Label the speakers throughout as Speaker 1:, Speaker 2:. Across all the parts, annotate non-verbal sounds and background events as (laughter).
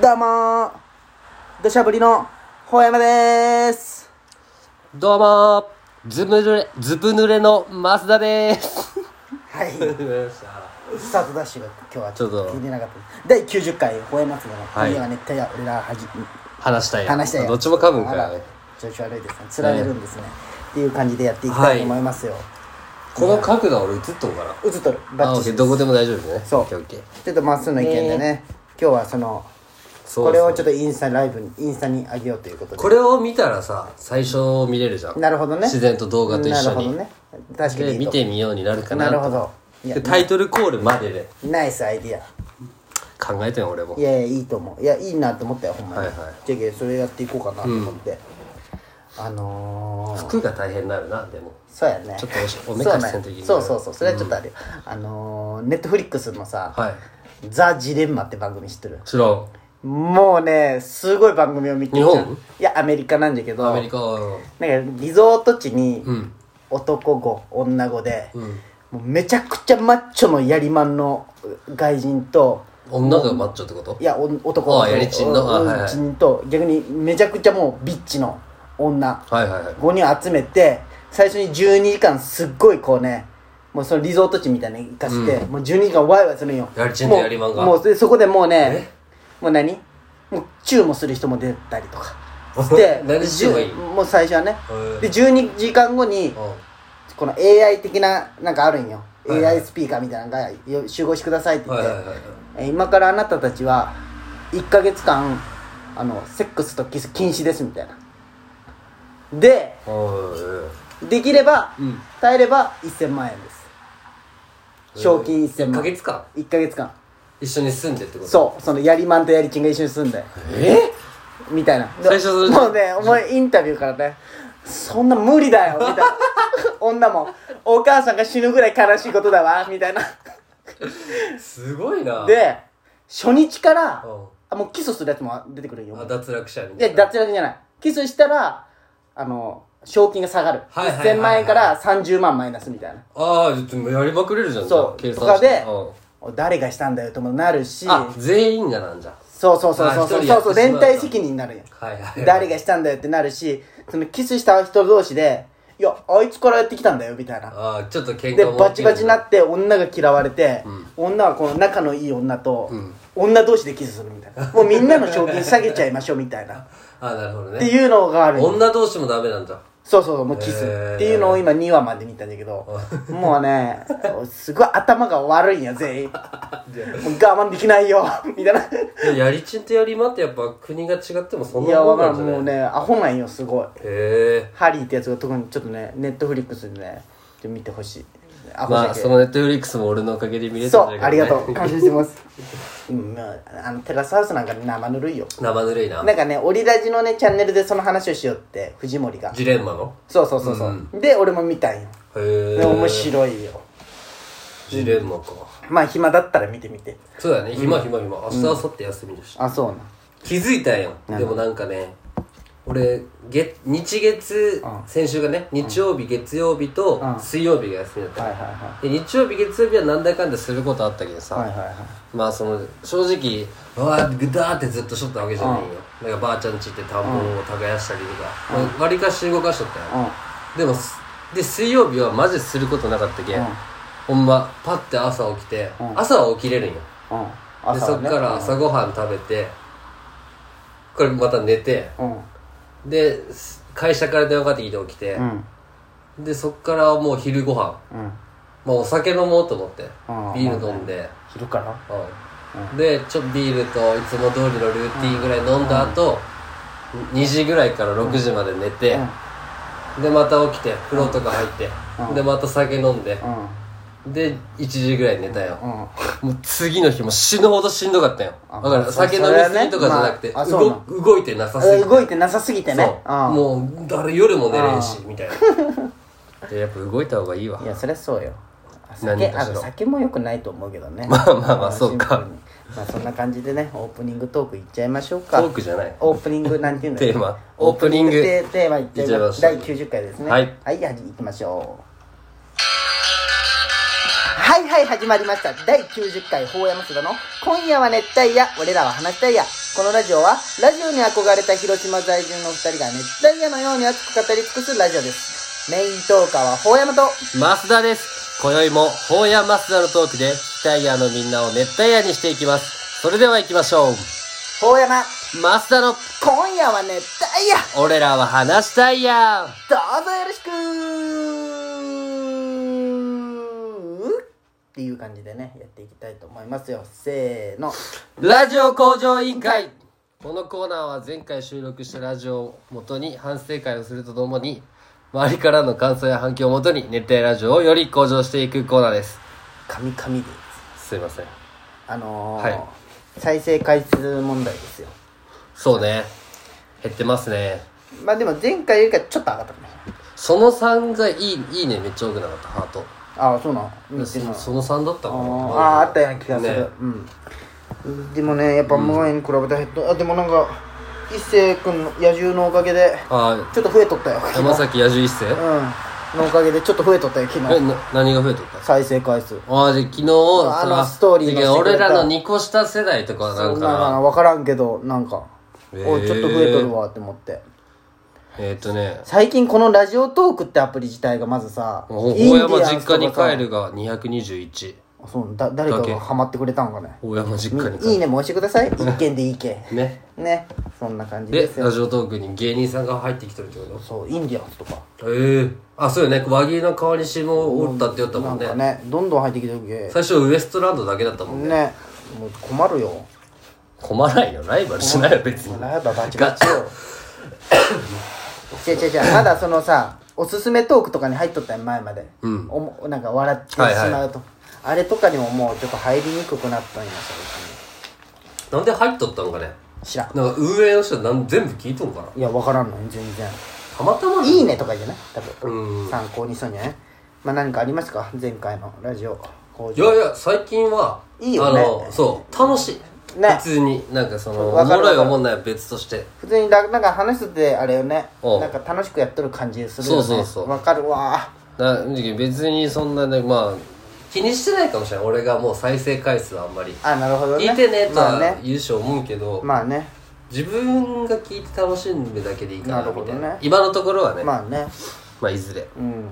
Speaker 1: どうもー土砂降りのほやまでーす
Speaker 2: どうもーずぶ濡れ、ずぶ濡れの増田でー
Speaker 1: (laughs)
Speaker 2: す。
Speaker 1: はい
Speaker 2: ありがとうございました。
Speaker 1: スタートダッシュが今日はちょっ
Speaker 2: ちょっ
Speaker 1: と
Speaker 2: と
Speaker 1: 聞いてなかったです第90回ほやまつだの
Speaker 2: はい
Speaker 1: 今夜は熱帯夜俺らはじ
Speaker 2: 話したいやん
Speaker 1: 話したいや
Speaker 2: どっちも噛むんか
Speaker 1: あ
Speaker 2: ら
Speaker 1: ら
Speaker 2: ね。
Speaker 1: 調子悪いですねつられるんですね、っていう感じでやっていきたいと思いますよ、
Speaker 2: この角度は俺映っとんかな
Speaker 1: 映っとる
Speaker 2: あ、
Speaker 1: バ
Speaker 2: オ
Speaker 1: ッ
Speaker 2: ッ
Speaker 1: チ
Speaker 2: ケ
Speaker 1: リ
Speaker 2: ー、どこでも大丈夫ですね。
Speaker 1: そう
Speaker 2: オッケーオッケー。
Speaker 1: ちょっとまっすーの意見でね今日はその
Speaker 2: そう
Speaker 1: これをちょ
Speaker 2: っ
Speaker 1: っとインスタライブにインスタに上げようということで
Speaker 2: これを見たらさ、最初見れるじゃん。
Speaker 1: なるほどね
Speaker 2: 自然と動画と一緒
Speaker 1: なるほ
Speaker 2: に。
Speaker 1: どね確かにい
Speaker 2: で、
Speaker 1: い
Speaker 2: 見
Speaker 1: と
Speaker 2: てみようになるかな
Speaker 1: な
Speaker 2: と。
Speaker 1: るほどいや
Speaker 2: で、タイトルコールまでで
Speaker 1: ナイスアイディア
Speaker 2: 考えてん俺も
Speaker 1: い。やいやいいと思ういやいいなと思ったよほんまに、
Speaker 2: はいはい
Speaker 1: じゃけそれやっていこうかなと思って、あのー、
Speaker 2: 服が大変になるな、でも。
Speaker 1: そうやね
Speaker 2: ちょっとおしおめかしせんといけない
Speaker 1: そう,、そうそうそうそれはちょっとあれよ、あのー、ネットフリックスのさ「
Speaker 2: はい。
Speaker 1: ザ・ジレンマ」って番組知ってる
Speaker 2: 知らん。
Speaker 1: もうねすごい番組を見てるじゃん
Speaker 2: 日本
Speaker 1: いやアメリカなんだけど
Speaker 2: アメリカは。
Speaker 1: なんかリゾート地に
Speaker 2: うん。
Speaker 1: 男子女子で、
Speaker 2: ん
Speaker 1: もうめちゃくちゃマッチョのやりまんの外人と
Speaker 2: 女がマッチョってこと
Speaker 1: いやお男の
Speaker 2: あやりちんのあはいはい
Speaker 1: やりちんと逆にめちゃくちゃもうビッチの女
Speaker 2: はいはいはい。
Speaker 1: 5人集めて最初に12時間すっごいこうねもうそのリゾート地みたいなの行かして、もう12時間ワイワイするんよ
Speaker 2: やりちんとやりまんが
Speaker 1: もうもうでそこでもうねもう何もうチューもする人も出たりとかして
Speaker 2: (laughs) 何してもいい
Speaker 1: じゅもう最初はね
Speaker 2: へ
Speaker 1: で12時間後に
Speaker 2: う
Speaker 1: この AI 的ななんかあるんよ、
Speaker 2: はいはい
Speaker 1: AI スピーカーみたいなのがよ集合してくださいって
Speaker 2: ん
Speaker 1: 言っ
Speaker 2: は
Speaker 1: て、
Speaker 2: いはいはいはい。
Speaker 1: えー今からあなたたちは1ヶ月間あのセックスとキス禁止ですみたいなでできれば、
Speaker 2: うん
Speaker 1: 耐えれば1000万円です賞金1000
Speaker 2: 1
Speaker 1: 万
Speaker 2: ヶ月か
Speaker 1: 1ヶ月間
Speaker 2: 一緒に住んでってこと
Speaker 1: そうそのやりまんとやりちんが一緒に住んで
Speaker 2: え
Speaker 1: みたいな
Speaker 2: 最初それ
Speaker 1: もうねお前インタビューからねそんな無理だよみたいな (laughs) 女もお母さんが死ぬぐらい悲しいことだわみたいな
Speaker 2: すごいな
Speaker 1: で初日から
Speaker 2: うん
Speaker 1: あもうキスするやつも出てくるよ
Speaker 2: あ脱落者み
Speaker 1: い
Speaker 2: た
Speaker 1: や、
Speaker 2: いな
Speaker 1: 脱落じゃない。キスしたら、あの、賞金が下がる。
Speaker 2: はいはいはいはい
Speaker 1: 1000万円から30万マイナスみたいな。
Speaker 2: ああちょっとやりまくれるじゃん
Speaker 1: そう
Speaker 2: じゃあ計
Speaker 1: とか
Speaker 2: 算して
Speaker 1: で
Speaker 2: うん
Speaker 1: お誰がしたんだよともなるし、
Speaker 2: あ全員がなんじゃ
Speaker 1: そうそうそう
Speaker 2: あ
Speaker 1: そうそう
Speaker 2: 一人や
Speaker 1: そう
Speaker 2: ってしまう
Speaker 1: 連帯責任になるやん。
Speaker 2: はいはい
Speaker 1: 誰がしたんだよってなるし、そのキスした人同士で、いや、あいつからやってきたんだよみたいな。
Speaker 2: ああちょっと喧
Speaker 1: で、
Speaker 2: 嘩も
Speaker 1: バチバチになって女が嫌われて、女はこの仲のいい女と、女同士でキスするみたいな。もうみんなの賞金下げちゃいましょうみたいな。
Speaker 2: ああなるほど
Speaker 1: って
Speaker 2: ね
Speaker 1: いうのがあるんよ
Speaker 2: 女同士もダメなんだ
Speaker 1: そうそうそうもうキス、
Speaker 2: へー
Speaker 1: っていうのを今2話まで見たんだけ
Speaker 2: (laughs)
Speaker 1: どもうねすごい頭が悪いんや全員もう我慢できないよ (laughs) みたいない
Speaker 2: でやりちんとやりまってやっぱ国が違ってもそんな
Speaker 1: や
Speaker 2: も
Speaker 1: わ
Speaker 2: ん
Speaker 1: か
Speaker 2: な
Speaker 1: ら
Speaker 2: ん
Speaker 1: ん
Speaker 2: じゃ
Speaker 1: もう
Speaker 2: ない
Speaker 1: ねアホなんよすごい
Speaker 2: へえ
Speaker 1: ハリーってやつが特にちょっとねネットフリックスでねちょっと見てほしいアホじ
Speaker 2: ま
Speaker 1: ゃ
Speaker 2: あ
Speaker 1: け、
Speaker 2: そのネットフリックスも俺のおかげで見れたん
Speaker 1: そ
Speaker 2: だ
Speaker 1: う
Speaker 2: けどね
Speaker 1: ありがとう感謝してますうんまああのテラスハウスなんか生ぬるいよ
Speaker 2: 生ぬるいな
Speaker 1: なんかねオリラジのねチャンネルでその話をしようって藤森が
Speaker 2: ジレンマの
Speaker 1: そうそうそうそう、で俺も見たんよ
Speaker 2: へ
Speaker 1: で
Speaker 2: え
Speaker 1: 面白いよ
Speaker 2: ジレンマか
Speaker 1: まあ暇だったら見てみて
Speaker 2: そうだね暇暇暇明日明後日休みだし
Speaker 1: あそうな
Speaker 2: 気づいたんよでもなんかね俺月日月先週がね日曜日月曜日と水曜日が休みだった
Speaker 1: はい
Speaker 2: の
Speaker 1: はいは
Speaker 2: で日曜日月曜日はなんだかんだすることあったけどさ、
Speaker 1: いはいはいはい
Speaker 2: まあその正直うわーグダーってずっとしとったわけじゃないよ、なんかばあちゃんち行って田んぼを耕したりとか、まあ、割かし動かしとったよ、でもすで水曜日はマジすることなかったけ、んほんまパッて朝起きて、朝は起きれるんよ、
Speaker 1: うん
Speaker 2: で
Speaker 1: 朝
Speaker 2: そ
Speaker 1: は
Speaker 2: っ
Speaker 1: ね
Speaker 2: から朝ごはん食べてこれまた寝て
Speaker 1: うん
Speaker 2: です会社から電話かかってきて起きて、
Speaker 1: うん
Speaker 2: でそっからもう昼ご飯
Speaker 1: うん
Speaker 2: まあお酒飲もうと思って
Speaker 1: うん
Speaker 2: ビール飲んで、
Speaker 1: 昼から
Speaker 2: うんでちょっとビールといつも通りのルーティンぐらい飲んだ後、2時ぐらいから6時まで寝て、でまた起きて風呂とか入って、でまた酒飲んで、
Speaker 1: うん
Speaker 2: で1時ぐらい寝たよ、
Speaker 1: うん
Speaker 2: もう次の日も死ぬほどしんどかったよだから酒飲みすぎとかじゃなくて、
Speaker 1: それはねまああそうな
Speaker 2: 動動いてなさすぎ
Speaker 1: え
Speaker 2: て
Speaker 1: 動いてなさすぎてね
Speaker 2: そうもう誰夜も寝れんしみたい
Speaker 1: (laughs)
Speaker 2: なでやっぱ動いた方がいいわ
Speaker 1: いやそりゃそうよ
Speaker 2: 何
Speaker 1: 酒
Speaker 2: か
Speaker 1: あ
Speaker 2: しら
Speaker 1: の酒もよくないと思うけどね
Speaker 2: まあまあまあそうか
Speaker 1: シンプルにまあそんな感じでねオープニングトークいっちゃいましょう
Speaker 2: ト
Speaker 1: か
Speaker 2: ークじゃない
Speaker 1: オープニングなんていうの
Speaker 2: テーマオープニング
Speaker 1: テテーマいっちゃい
Speaker 2: いっちゃい
Speaker 1: ま
Speaker 2: ますす
Speaker 1: 第90回ですね
Speaker 2: はい
Speaker 1: はいはじいきましょうはいはい始まりました第90回「ほうやますだの今夜は熱帯夜俺らは話したいや」このラジオは、ラジオに憧れた広島在住の二人が熱帯夜のように熱く語り尽くすラジオです。メイントーカーは、ほうやまと、
Speaker 2: 増田です。今宵も、法や増田のトークで、熱帯夜のみんなを熱帯夜にしていきます。それでは行きましょう。
Speaker 1: ほうやま、
Speaker 2: 増田の、
Speaker 1: 今夜は熱帯夜
Speaker 2: 俺らは話したいや
Speaker 1: どうぞよろしくっていう感じでね、やっていきたいと思いますよ。せーの。
Speaker 2: ラジオ向上委員会このコーナーは前回収録したラジオをもとに反省会をするとともに周りからの感想や反響をもとに熱帯ラジオをより向上していくコーナーです
Speaker 1: 神々です。
Speaker 2: すいません
Speaker 1: あのー
Speaker 2: はい
Speaker 1: 再生回数問題ですよ。
Speaker 2: そうね減ってますね
Speaker 1: まあでも前回よりかちょっと上がったかもしれない。
Speaker 2: その3がいいいいねめっちゃ多くなかったハート
Speaker 1: ああ、そうなの見てみよ
Speaker 2: そうその3だったかな
Speaker 1: あーあーあったような気がする、
Speaker 2: ね
Speaker 1: うんでもねやっぱ前に比べたら減った、あでもなんか一星君の野獣のおかげで
Speaker 2: あ
Speaker 1: ちょっと増えとったよ
Speaker 2: ー
Speaker 1: 昨日
Speaker 2: 山崎野獣一世
Speaker 1: うんのおかげでちょっと増えとったよ昨
Speaker 2: え
Speaker 1: 日
Speaker 2: な何が増えてった
Speaker 1: 再生回数
Speaker 2: ああじゃあ昨日
Speaker 1: あのストーリーの
Speaker 2: その俺らの2個下世代とかなん
Speaker 1: そ
Speaker 2: か
Speaker 1: んなの分からんけどなんか、
Speaker 2: へー
Speaker 1: おちょっと増えとるわって思って
Speaker 2: えーっ、とね
Speaker 1: 最近このラジオトークってアプリ自体がまずさ
Speaker 2: 大
Speaker 1: インディ
Speaker 2: 山
Speaker 1: アン
Speaker 2: 実
Speaker 1: ス
Speaker 2: 家
Speaker 1: と
Speaker 2: に
Speaker 1: かさ
Speaker 2: 帰るが221
Speaker 1: そうだ誰かがハマってくれたんかね
Speaker 2: 大山実家に帰
Speaker 1: いいねも押してください一件でいいけ
Speaker 2: る (laughs) ね
Speaker 1: ねそんな感じで
Speaker 2: です
Speaker 1: よ
Speaker 2: ラジオトークに芸人さんが入ってきてるってこ
Speaker 1: そうインディアンスとか
Speaker 2: とええあそうよね和牛の川西もおったって言ったも
Speaker 1: なんん
Speaker 2: ね
Speaker 1: かねどんどん入ってきてるけ
Speaker 2: 最初ウエストランドだけだったもんね
Speaker 1: ねもう困るよ
Speaker 2: 困らないよライバルしないよ別に
Speaker 1: ライバーバチバチよ (coughs) 違う違う違うまだそのさおすすめトークとかに入っとったよ前まで、
Speaker 2: うん
Speaker 1: おもなんか笑ってしま
Speaker 2: はいはいう
Speaker 1: と、あれとかにももうちょっと入りにくくなったんやそ
Speaker 2: なんで入っとったのかね
Speaker 1: れ知らん
Speaker 2: なんか運営の人なん全部聞いとんかない
Speaker 1: や分からんのよ全然
Speaker 2: たまたま
Speaker 1: いいねとかじゃない多分、
Speaker 2: うん
Speaker 1: 参考にそうにねまあ何かありますか前回のラジオ工
Speaker 2: いやいや最近はい
Speaker 1: いよね
Speaker 2: あのそう楽しい、
Speaker 1: ね
Speaker 2: 別になんかそのお
Speaker 1: わかる
Speaker 2: もろいおもんないは別として
Speaker 1: 普通にだなんか話すってあれよね
Speaker 2: おう
Speaker 1: なんか楽しくやっとる感じするよね
Speaker 2: そうそうそう
Speaker 1: わかるわ
Speaker 2: な別にそんなねまあ気にしてないかもしれない俺がもう再生回数はあんまり
Speaker 1: あなるほどね
Speaker 2: 聞いてねと
Speaker 1: まあ
Speaker 2: は
Speaker 1: ね
Speaker 2: 言うし思うけど、
Speaker 1: まあね
Speaker 2: 自分が聞いて楽しんでだけでいいか
Speaker 1: な
Speaker 2: な
Speaker 1: る
Speaker 2: み
Speaker 1: ほ
Speaker 2: た
Speaker 1: ど
Speaker 2: い
Speaker 1: ね
Speaker 2: な今のところはねまあ、
Speaker 1: まあね
Speaker 2: いずれ
Speaker 1: うん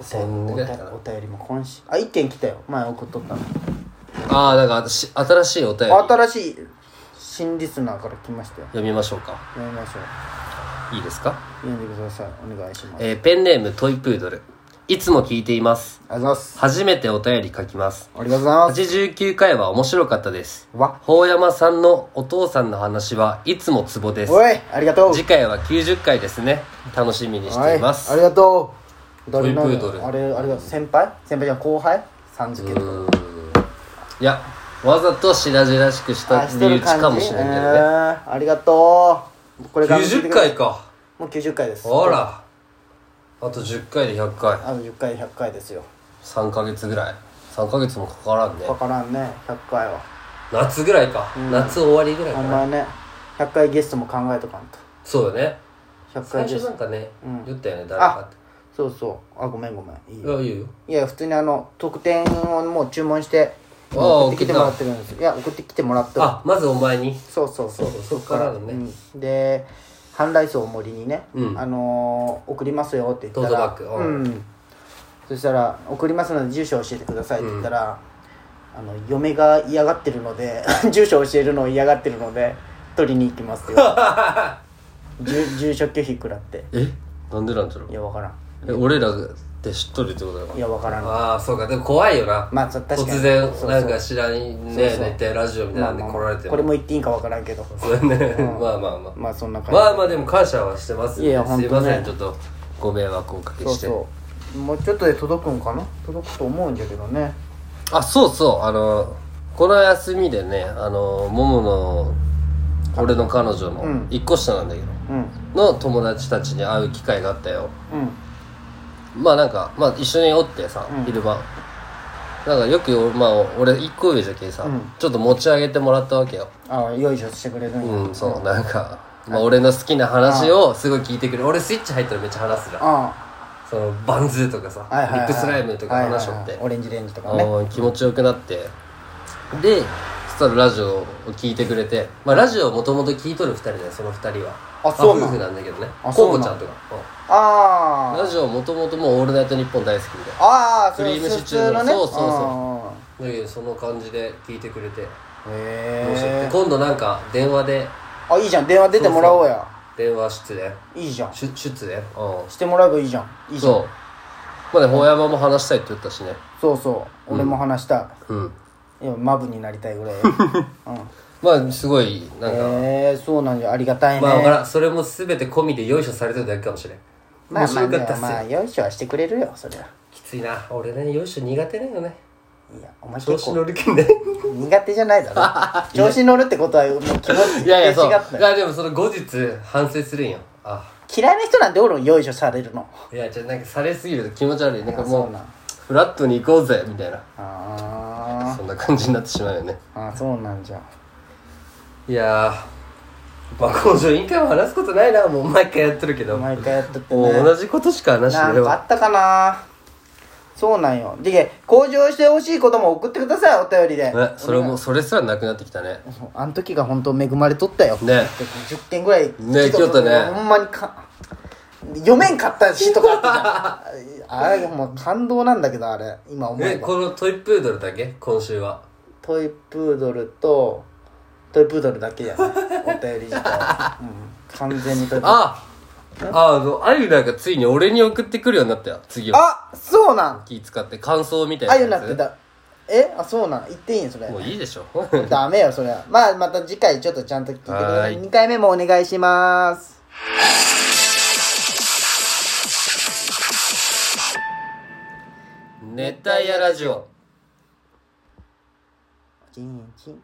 Speaker 1: お
Speaker 2: そん
Speaker 1: 便
Speaker 2: ぐ
Speaker 1: り
Speaker 2: らいかな
Speaker 1: お便りも今週あ一件来たよ前送っとったの
Speaker 2: ああなんかし新しいお便り
Speaker 1: 新しい新リスナーから来ましたよ
Speaker 2: 読みましょうか
Speaker 1: 読みましょう
Speaker 2: いいですか、
Speaker 1: 読んでくださいお願いしますあり
Speaker 2: えーペンネームトイプードルいつも聞いています
Speaker 1: がとうございます
Speaker 2: 初めてお便り書きます
Speaker 1: ありがとうございます
Speaker 2: 89回は面白かったです
Speaker 1: わ
Speaker 2: 法山さんのお父さんの話はいつもツボです
Speaker 1: おいありがとう
Speaker 2: 次回は90回ですね楽しみにしています
Speaker 1: はいありがとう誰の
Speaker 2: トイプードル
Speaker 1: あれあれが先輩先輩じゃん後輩さん付けとか
Speaker 2: うーんいやわざとしらじらしくした
Speaker 1: あ
Speaker 2: って
Speaker 1: して
Speaker 2: いう
Speaker 1: る感じ
Speaker 2: かもしれ
Speaker 1: え
Speaker 2: ない
Speaker 1: ーありがとうこれ
Speaker 2: けど
Speaker 1: 頑
Speaker 2: ね
Speaker 1: 張ってく
Speaker 2: 90
Speaker 1: ださい
Speaker 2: 回か
Speaker 1: もう90回です
Speaker 2: ほらあと10回で100回
Speaker 1: あと10回100回ですよ
Speaker 2: 3ヶ月ぐらい3ヶ月もかからんね
Speaker 1: わからんね100回は
Speaker 2: 夏ぐらいか、夏終わりぐらい
Speaker 1: ほ
Speaker 2: か
Speaker 1: ん
Speaker 2: な
Speaker 1: まやね100回ゲストも考えとかんと
Speaker 2: そうだね
Speaker 1: 100
Speaker 2: 最
Speaker 1: 回ゲ
Speaker 2: 初
Speaker 1: ス
Speaker 2: な
Speaker 1: ト
Speaker 2: んかね、
Speaker 1: ん
Speaker 2: 言ったよね誰かっ
Speaker 1: そうそうあごめんごめんいい
Speaker 2: ていや
Speaker 1: よ
Speaker 2: 言うよ
Speaker 1: いや普通にあの特典をもう注文して
Speaker 2: ああ
Speaker 1: 送ってきてもらってるんですいや送ってきてもらってる
Speaker 2: あまずお前に
Speaker 1: そうそうそう
Speaker 2: そうそうそっからのね
Speaker 1: うんで半ライスを森にね、
Speaker 2: うん
Speaker 1: あのー送りますよって言ったら
Speaker 2: トートバッグう
Speaker 1: うんんそしたら「送りますので住所教えてください」って言ったら、あの嫁が嫌がってるので (laughs) 住所教えるのを嫌がってるので取りに行きますよ
Speaker 2: (laughs)
Speaker 1: 住住所拒否食らって
Speaker 2: えなんでなんだろう
Speaker 1: いやわからん
Speaker 2: え俺らって知っとるってことだか
Speaker 1: い
Speaker 2: ら
Speaker 1: やわからん
Speaker 2: ああそうかでも怖いよな、
Speaker 1: まあそう確かに
Speaker 2: 突然
Speaker 1: そうそう
Speaker 2: なんか知らんね大体ラジオみたいなんで
Speaker 1: まあ
Speaker 2: 来
Speaker 1: まあ
Speaker 2: られても
Speaker 1: これも言っていいんかわからんけど
Speaker 2: そうね、 (laughs) まあまあまあ
Speaker 1: まあそんな感じ
Speaker 2: まあまあでも感謝はしてますんで
Speaker 1: いや本
Speaker 2: す
Speaker 1: 当
Speaker 2: い
Speaker 1: ね
Speaker 2: ませんちょっとご迷惑をおかけ
Speaker 1: そう
Speaker 2: して
Speaker 1: そうもうちょっとで届くんかな届くと思うんだけどね
Speaker 2: あそうそうあのこの休みでねあのももの俺の彼女
Speaker 1: う
Speaker 2: の
Speaker 1: ん
Speaker 2: 一個下なんだけど、
Speaker 1: うん
Speaker 2: の友達たちに会う機会があったよ
Speaker 1: うん
Speaker 2: まあなんか、まあ、一緒におってさ、
Speaker 1: うん
Speaker 2: 昼間なんかよく、まあ、俺一個上じゃけさ、
Speaker 1: うん
Speaker 2: ちょっと持ち上げてもらったわけよ
Speaker 1: ああよいしょしてくれるんや
Speaker 2: うん、そう、なんか、まあ、俺の好きな話をすごい聞いてくる。俺スイッチ入ったらめっちゃ話すじゃん。
Speaker 1: あ
Speaker 2: その、バンズーとかさ、
Speaker 1: あはいはいはい
Speaker 2: リップスライムとか話しとっ
Speaker 1: はいはい
Speaker 2: て
Speaker 1: はい。オレンジレンジとかね
Speaker 2: うん気持ちよくなって。で、そのラジオを聞いてくれて、まあ、ラジオをもともと聞いとる2人だよその2人は
Speaker 1: あそうなん
Speaker 2: ま夫婦なんだけどね
Speaker 1: あ
Speaker 2: コ
Speaker 1: そう
Speaker 2: ウ
Speaker 1: な
Speaker 2: コ
Speaker 1: ん
Speaker 2: ちゃんとか、うん
Speaker 1: あ
Speaker 2: ラジオもともともう「オールナイトニッポン」大好きみたいな
Speaker 1: あああ
Speaker 2: クリームシチュ
Speaker 1: の
Speaker 2: ーの
Speaker 1: ね
Speaker 2: そうそうそう
Speaker 1: そ
Speaker 2: だけどその感じで聞いてくれて、
Speaker 1: うん
Speaker 2: どうしようっ
Speaker 1: へ
Speaker 2: て
Speaker 1: え
Speaker 2: 今度なんか電話で
Speaker 1: あいいじゃん電話出てもらおうや
Speaker 2: 電話出演
Speaker 1: いいじゃんし
Speaker 2: 出出演うん
Speaker 1: てもらえばいいじゃんいいじゃん
Speaker 2: そうまあね法山も話したいって言ったしね
Speaker 1: そうそう俺も話した
Speaker 2: うん
Speaker 1: いやマブになりたいぐ
Speaker 2: (laughs)
Speaker 1: らいうん
Speaker 2: まあすごいなんか、
Speaker 1: へえそうなんじゃありがたいね
Speaker 2: まあわからんそれも全て込みでよいしょされてるだけかもしれん
Speaker 1: ま
Speaker 2: 面
Speaker 1: あまあ
Speaker 2: 白か
Speaker 1: ね
Speaker 2: ったっすよ、
Speaker 1: まあよいしょはしてくれるよそりゃ
Speaker 2: きついな俺ねよいしょ苦手だよね
Speaker 1: いやお前
Speaker 2: 調
Speaker 1: 結
Speaker 2: 子
Speaker 1: 構
Speaker 2: 乗るけんね
Speaker 1: 苦手じゃないだ
Speaker 2: (laughs)
Speaker 1: ろ調子乗るってことはもう気持ち
Speaker 2: いやいやそう
Speaker 1: 違った
Speaker 2: い
Speaker 1: よ
Speaker 2: やでもその後日反省するんよあ
Speaker 1: 嫌いな人なんておるんよいしょされるの
Speaker 2: いやじゃあなんかされすぎると気持ち悪いなんかも
Speaker 1: そうなん
Speaker 2: うフラットに行こうぜみたいな
Speaker 1: あ
Speaker 2: そんな感じになってしまうよね
Speaker 1: ーあーそうなんじゃ
Speaker 2: いやーまあ工場委員会も話すことないなもう毎回やってるけどもう
Speaker 1: 毎回やっとってね
Speaker 2: 同じことしか話して
Speaker 1: な
Speaker 2: ない
Speaker 1: んかあ
Speaker 2: わ
Speaker 1: ったかなそうなんよで向上してほしいことも送ってくださいお便りで
Speaker 2: ねそれもそれすらなくなってきたね
Speaker 1: あの時が本当恵まれとったよ
Speaker 2: ね
Speaker 1: 10件ぐらい
Speaker 2: ね来よったね
Speaker 1: ほんまにか読めんかったしとかあった (laughs) じゃんあれもう感動なんだけどあれ今思え
Speaker 2: え
Speaker 1: ば
Speaker 2: このトイプードルだけ今週は
Speaker 1: トイプードルとトイプードルだけやねお便り自体は、うん、完全にトイプードル
Speaker 2: あああのあゆなんかついに俺に送ってくるようになったよ次は
Speaker 1: あそうなん
Speaker 2: 気使って感想みたいな
Speaker 1: あ
Speaker 2: やつ
Speaker 1: ゆなってたえあそうなん言っていいんそれ
Speaker 2: もういいでしょ (laughs)
Speaker 1: ダメよそれはまあまた次回ちょっとちゃんと聞いてくださ
Speaker 2: はいい
Speaker 1: 2回目もお願いします
Speaker 2: 熱帯夜ラジオ
Speaker 1: チンチン